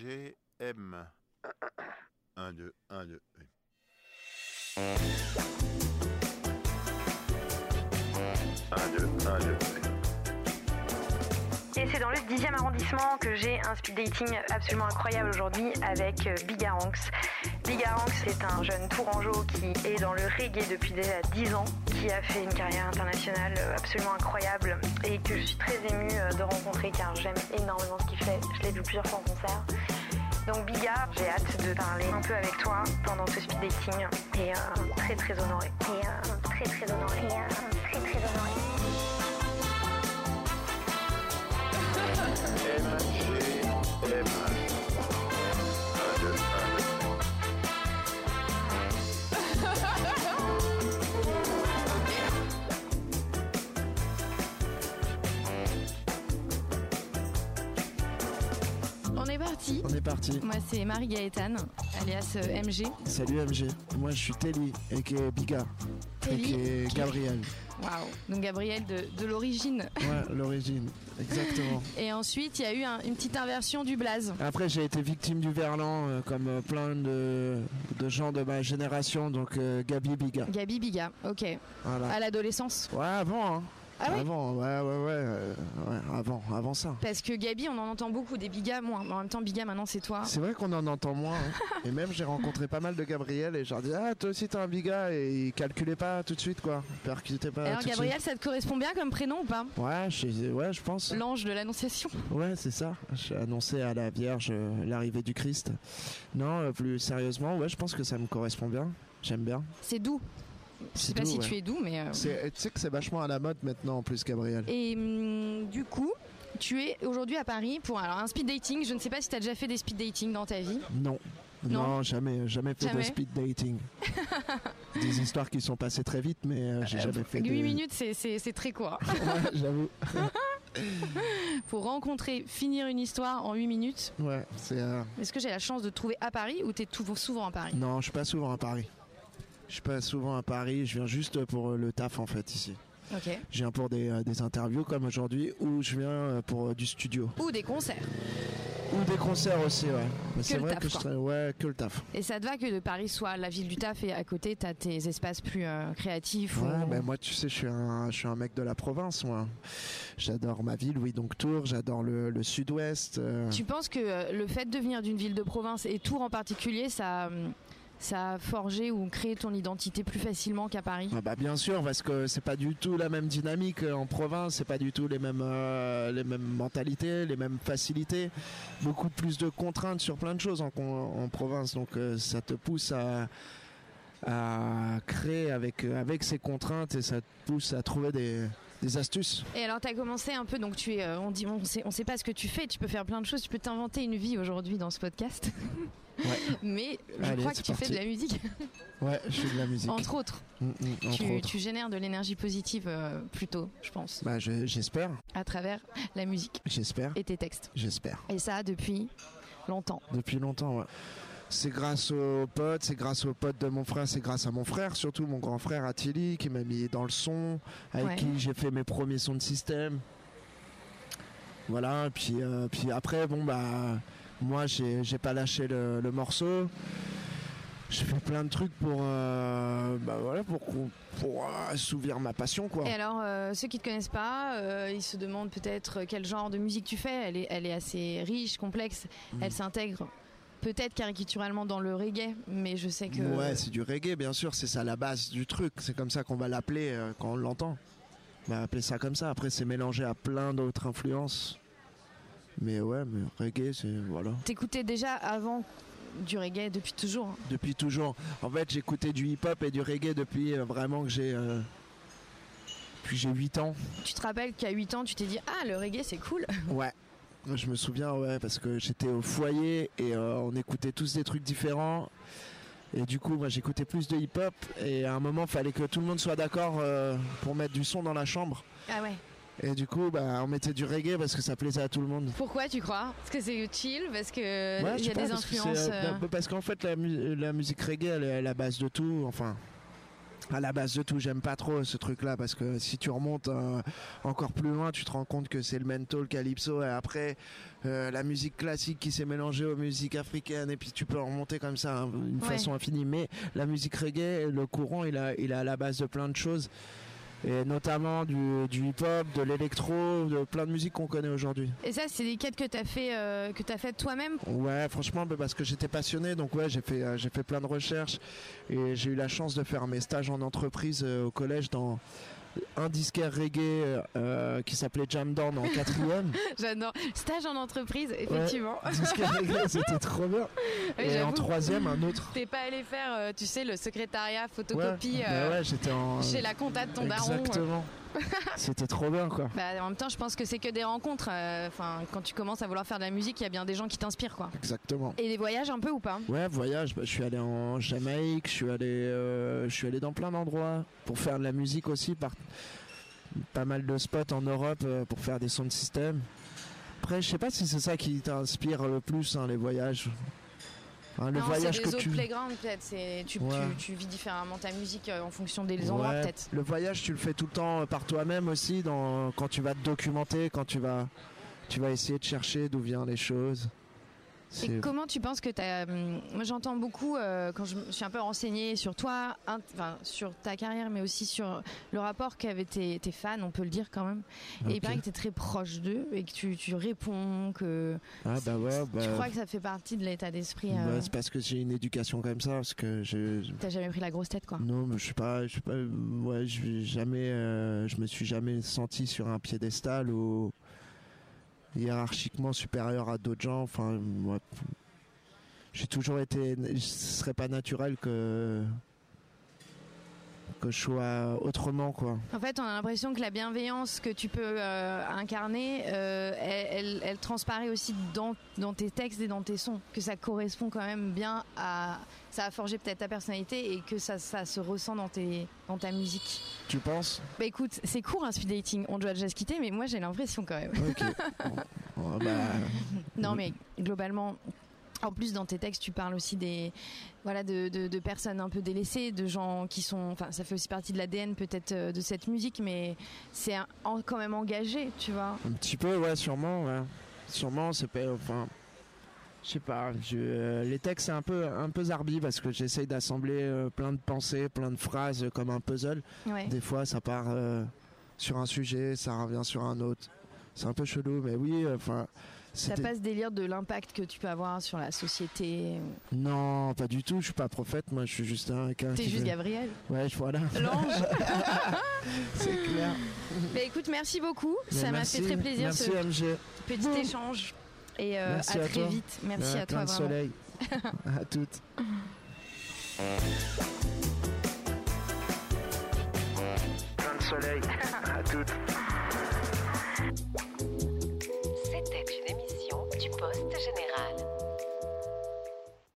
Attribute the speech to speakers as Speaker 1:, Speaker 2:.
Speaker 1: MGM. 1, 2, 1, 2. Un, deux, un, deux.
Speaker 2: Et c'est dans le 10e arrondissement que j'ai un speed dating absolument incroyable aujourd'hui avec euh, Bigaranx. Bigaranx, c'est un jeune Tourangeau qui est dans le reggae depuis déjà 10 ans, qui a fait une carrière internationale euh, absolument incroyable et que je suis très émue euh, de rencontrer car j'aime énormément ce qu'il fait. Je l'ai vu plusieurs fois en concert. Donc Biga, j'ai hâte de parler un peu avec toi pendant ce speed dating et euh, très très honoré. Et euh, très très honoré. Et, euh, très très honoré.
Speaker 1: MGM. 1, 2, 1, 2.
Speaker 3: On est parti.
Speaker 4: On est parti.
Speaker 3: Moi, c'est Marie Gaëtane, alias euh, MG.
Speaker 4: Salut MG. Moi je suis Telly, et qui est Biga, et qui est Gabriel.
Speaker 3: Waouh. Donc, Gabriel de, de l'origine.
Speaker 4: Ouais, l'origine. Exactement.
Speaker 3: Et ensuite, il y a eu un- une petite inversion du blaze.
Speaker 4: Après j'ai été victime du verlan euh, comme euh, plein de, de gens de ma génération, donc euh, Gabi Biga.
Speaker 3: Gabi Biga, ok.
Speaker 4: Voilà.
Speaker 3: À l'adolescence.
Speaker 4: Ouais avant hein.
Speaker 3: Ah ouais
Speaker 4: Avant, ouais ouais ouais, euh, ouais, avant, avant ça.
Speaker 3: Parce que Gabi, on en entend beaucoup, des Biga, moins. Mais en même temps, Biga, maintenant, c'est toi.
Speaker 4: C'est vrai qu'on en entend moins. hein. Et même j'ai rencontré pas mal de Gabriel et je leur dis ah toi aussi t'es un biga et ils calculaient pas tout de suite quoi. Percutaient pas.
Speaker 3: Alors,
Speaker 4: euh, tout de
Speaker 3: Gabriel, ça te correspond bien comme prénom ou pas
Speaker 4: suite. Ouais, je, ouais, je pense.
Speaker 3: L'ange de l'Annonciation.
Speaker 4: Ouais, c'est ça. J'ai annoncé à la Vierge euh, l'arrivée du Christ. Non, euh, plus sérieusement, ouais, je pense que ça me correspond bien. J'aime bien.
Speaker 3: C'est doux. Je sais
Speaker 4: C'est
Speaker 3: pas
Speaker 4: doux,
Speaker 3: si
Speaker 4: ouais.
Speaker 3: tu es doux, mais. euh,
Speaker 4: C'est- et Tu sais que c'est vachement à la mode maintenant en plus, Gabriel.
Speaker 3: Et hum, du coup, tu es aujourd'hui à Paris pour alors, un speed dating. Je ne sais pas si tu as déjà fait des speed dating dans ta vie.
Speaker 4: Non.
Speaker 3: Non.
Speaker 4: Non, jamais, jamais fait
Speaker 3: Jamais.
Speaker 4: de speed dating. Des histoires qui sont passées très vite, mais euh, j'ai jamais fait
Speaker 3: 8
Speaker 4: de.
Speaker 3: minutes, c'est- c'est c'est très court.
Speaker 4: Ouais, j'avoue.
Speaker 3: pour rencontrer, finir une histoire en 8 minutes.
Speaker 4: Ouais, c'est. euh,
Speaker 3: Est-ce que j'ai la chance de te trouver à Paris ou tu es souvent à Paris
Speaker 4: Non, je suis pas souvent à Paris. Je suis pas souvent à Paris. Je viens juste pour euh, le taf en fait ici.
Speaker 3: Ok.
Speaker 4: Je viens pour des, euh, des interviews comme aujourd'hui, ou je viens euh, pour euh, du studio.
Speaker 3: Ou des concerts.
Speaker 4: Ou des concerts aussi, ouais. Mais c'est
Speaker 3: le
Speaker 4: vrai
Speaker 3: taf,
Speaker 4: que je
Speaker 3: quoi.
Speaker 4: serais- ouais, que le taf.
Speaker 3: Et ça te va que de Paris soit la ville du taf et à côté, tu as tes espaces plus euh, créatifs
Speaker 4: Ouais, bah,
Speaker 3: ou-
Speaker 4: mais moi, tu sais, je suis un, je suis un mec de la province, moi. J'adore ma ville, oui, donc Tours, j'adore le, le sud-ouest. euh,
Speaker 3: Tu penses que euh, le fait de venir d'une ville de province et Tours en particulier, ça, hum, ça a forgé ou créé ton identité plus facilement qu'à Paris
Speaker 4: Ah bah bien sûr parce que c'est pas du tout la même dynamique euh, en province, c'est pas du tout les mêmes euh, les mêmes mentalités, les mêmes facilités, beaucoup plus de contraintes sur plein de choses en, con- en province donc euh, ça te pousse à à créer avec euh, avec ces contraintes et ça te pousse à trouver des des astuces.
Speaker 3: Et alors, tu as commencé un peu, donc tu es, euh, on dit, on sait, on sait pas ce que tu fais, tu peux faire plein de choses, tu peux t'inventer une vie aujourd'hui dans ce podcast.
Speaker 4: Ouais.
Speaker 3: Mais je
Speaker 4: Allez,
Speaker 3: crois que
Speaker 4: c'est
Speaker 3: tu fais
Speaker 4: parti.
Speaker 3: de la musique,
Speaker 4: Ouais, je fais de la musique.
Speaker 3: entre autres.
Speaker 4: Mm, mm, entre
Speaker 3: tu,
Speaker 4: autres.
Speaker 3: tu génères de l'énergie positive euh, plutôt, je pense,
Speaker 4: Bah je- j'espère,
Speaker 3: à travers la musique
Speaker 4: j'espère,
Speaker 3: et tes textes.
Speaker 4: j'espère.
Speaker 3: Et ça depuis longtemps.
Speaker 4: Depuis longtemps, ouais. C'est grâce aux potes, c'est grâce aux potes de mon frère, c'est grâce à mon frère, surtout mon grand frère Attili qui m'a mis dans le son, avec
Speaker 3: Ouais.
Speaker 4: qui j'ai fait mes premiers sons de système. Voilà, puis, euh, puis après, bon bah, moi j'ai j'ai pas lâché le, le morceau. J'ai fait plein de trucs pour, euh, bah voilà, pour, qu'on- pour euh, assouvir ma passion quoi.
Speaker 3: Et alors, euh, ceux qui te connaissent pas, euh, ils se demandent peut-être euh, quel genre de musique tu fais. Elle est, elle est assez riche, complexe.
Speaker 4: Mm.
Speaker 3: Elle s'intègre peut-être caricaturalement dans le reggae, mais je sais que
Speaker 4: Ouais, c'est du reggae, bien sûr, c'est ça la base du truc. C'est comme ça qu'on va l'appeler euh, quand on l'entend. On va appeler ça comme ça. Après, c'est mélangé à plein d'autres influences. Mais ouais, mais reggae, c'est. Voilà.
Speaker 3: t'écoutais déjà avant du reggae depuis toujours. hein.
Speaker 4: Depuis toujours. En fait, j'écoutais du hip-hop et du reggae depuis euh, vraiment que j'ai. euh, Puis j'ai 8 ans.
Speaker 3: Tu te rappelles qu'à 8 ans, tu t'es dit Ah, le reggae, c'est cool.
Speaker 4: Ouais. Je me souviens, ouais, parce que j'étais au foyer et euh, on écoutait tous des trucs différents. Et du coup, moi, j'écoutais plus de hip-hop. Et à un moment, fallait que tout le monde soit d'accord euh, pour mettre du son dans la chambre.
Speaker 3: Ah ouais.
Speaker 4: Et du coup, bah, on mettait du reggae parce que ça plaisait à tout le monde.
Speaker 3: Pourquoi tu crois Parce que c'est chill, parce que
Speaker 4: Ouais, je
Speaker 3: euh, il y
Speaker 4: sais
Speaker 3: a
Speaker 4: pas,
Speaker 3: des
Speaker 4: parce que c'est,
Speaker 3: influences.
Speaker 4: euh,
Speaker 3: euh,
Speaker 4: bah, Parce qu'en fait, la, mu- la musique reggae, elle est à la base de tout. Enfin, à la base de tout, j'aime pas trop ce truc-là parce que si tu remontes euh, encore plus loin, tu te rends compte que c'est le mental, le calypso et après euh, la musique classique qui s'est mélangée aux musiques africaines et puis tu peux remonter comme ça hein, d'une
Speaker 3: Ouais.
Speaker 4: façon infinie. Mais la musique reggae, le courant, il a, il a à la base de plein de choses et notamment du, du hip-hop, de l'électro, de plein de musiques qu'on connaît aujourd'hui.
Speaker 3: Et ça, c'est des quêtes que t'as fait, euh, que t'as faites toi-même.
Speaker 4: Ouais, franchement, bah, parce que j'étais passionné, donc ouais, j'ai fait, euh, j'ai fait plein de recherches et j'ai eu la chance de faire mes stages en entreprise euh, au collège dans un disquaire reggae euh, qui s'appelait Jam Down en quatrième.
Speaker 3: J'adore. Stage en entreprise, effectivement.
Speaker 4: disquaire reggae, c'était trop bien.
Speaker 3: Oui,
Speaker 4: et en
Speaker 3: j'avoue.
Speaker 4: troisième, un autre.
Speaker 3: T'es pas allé faire, euh, tu sais, le secrétariat
Speaker 4: Ouais,
Speaker 3: photocopie
Speaker 4: bah
Speaker 3: euh,
Speaker 4: ouais, j'étais en.
Speaker 3: chez la compta de ton daron. euh.
Speaker 4: Exactement. c'était trop bien, quoi.
Speaker 3: Bah, en même temps, je pense que c'est que des rencontres. euh, Enfin, quand tu commences à vouloir faire de la musique, il y a bien des gens qui t'inspirent, quoi.
Speaker 4: Exactement.
Speaker 3: Et des voyages un peu ou pas
Speaker 4: Ouais, voyage, bah, je suis allé en Jamaïque, je suis allé, euh, je suis allé dans plein d'endroits pour faire de la musique aussi, par pas mal de spots en Europe euh, pour faire des sons de système. Après, je sais pas si c'est ça qui t'inspire le plus, hein, les voyages. Hein, le
Speaker 3: Non,
Speaker 4: voyage
Speaker 3: c'est
Speaker 4: que
Speaker 3: des autres
Speaker 4: tu.
Speaker 3: playgrounds peut-être. c'est- Tu,
Speaker 4: Ouais.
Speaker 3: tu- tu vis différemment ta musique euh, en fonction des endroits
Speaker 4: Ouais,
Speaker 3: peut-être.
Speaker 4: Le voyage, tu le fais tout le temps euh, par toi-même aussi, dans, quand tu vas te documenter, quand tu vas, tu vas essayer de chercher d'où viennent les choses.
Speaker 3: Et
Speaker 4: C'est-
Speaker 3: comment tu penses que t'as hum, Moi, j'entends beaucoup euh, quand je me- je suis un peu renseignée sur toi, int- enfin sur ta carrière, mais aussi sur le rapport qu'avaient tes, tes fans, on peut le dire quand même. Et il
Speaker 4: Ok.
Speaker 3: paraît que t'es très proche d'eux et que tu, tu réponds, que
Speaker 4: Ah bah ouais, bah,
Speaker 3: tu crois que ça fait partie de l'état d'esprit.
Speaker 4: bah,
Speaker 3: euh,
Speaker 4: c'est parce que j'ai une éducation comme ça, parce que je,
Speaker 3: T'as jamais pris la grosse tête, quoi.
Speaker 4: Non, mais je suis pas, je suis pas, ouais, je suis jamais, euh, je me suis jamais senti sur un piédestal ou hiérarchiquement supérieur à d'autres gens. Enfin, moi, j'ai toujours été, ce serait pas naturel que que je sois autrement quoi.
Speaker 3: En fait, on a l'impression que la bienveillance que tu peux euh, incarner, euh, elle, elle- elle transparaît aussi dans, dans tes textes et dans tes sons, que ça correspond quand même bien à... Ça a forgé peut-être ta personnalité et que ça, ça se ressent dans, tes, dans ta musique.
Speaker 4: Tu penses
Speaker 3: Bah écoute, c'est court un speed dating, on doit déjà se quitter, mais moi j'ai l'impression quand même.
Speaker 4: Ok. Oh, bah,
Speaker 3: Non mais globalement... En plus, dans tes textes, tu parles aussi des, voilà, de, de- de personnes un peu délaissées, de gens qui sont, enfin, ça fait aussi partie de l'ADN peut-être euh, de cette musique, mais c'est un- en- quand même engagé, tu vois.
Speaker 4: Un petit peu, ouais, sûrement, ouais. Sûrement, c'est pas. Enfin. Je sais pas, je- euh, les textes c'est un peu, un peu zarbi parce que j'essaye d'assembler euh, plein de pensées, plein de phrases euh, comme un puzzle.
Speaker 3: Ouais.
Speaker 4: Des fois ça part euh, sur un sujet, ça revient sur un autre. C'est un peu chelou, mais oui, euh, enfin.
Speaker 3: T'as
Speaker 4: c'était-
Speaker 3: pas ce délire de l'impact que tu peux avoir sur la société.
Speaker 4: Non, pas du tout, je suis pas prophète, moi je suis juste un. quelqu'un
Speaker 3: T'es
Speaker 4: qui
Speaker 3: juste
Speaker 4: veut-
Speaker 3: Gabriel.
Speaker 4: Ouais, je- voilà,
Speaker 3: L'ange.
Speaker 4: c'est clair.
Speaker 3: bah écoute, merci beaucoup.
Speaker 4: Mais
Speaker 3: Ça m'a
Speaker 4: Bah, merci,
Speaker 3: fait très plaisir
Speaker 4: Merci
Speaker 3: ce
Speaker 4: MG,
Speaker 3: petit échange. Et euh,
Speaker 4: Merci
Speaker 3: à
Speaker 4: à
Speaker 3: très
Speaker 4: toi.
Speaker 3: vite. Merci
Speaker 4: Ouais,
Speaker 3: à toi
Speaker 4: plein de
Speaker 3: vraiment.
Speaker 4: soleil. à toutes.
Speaker 5: plein de soleil à toutes.
Speaker 6: C'était une émission du Poste Général.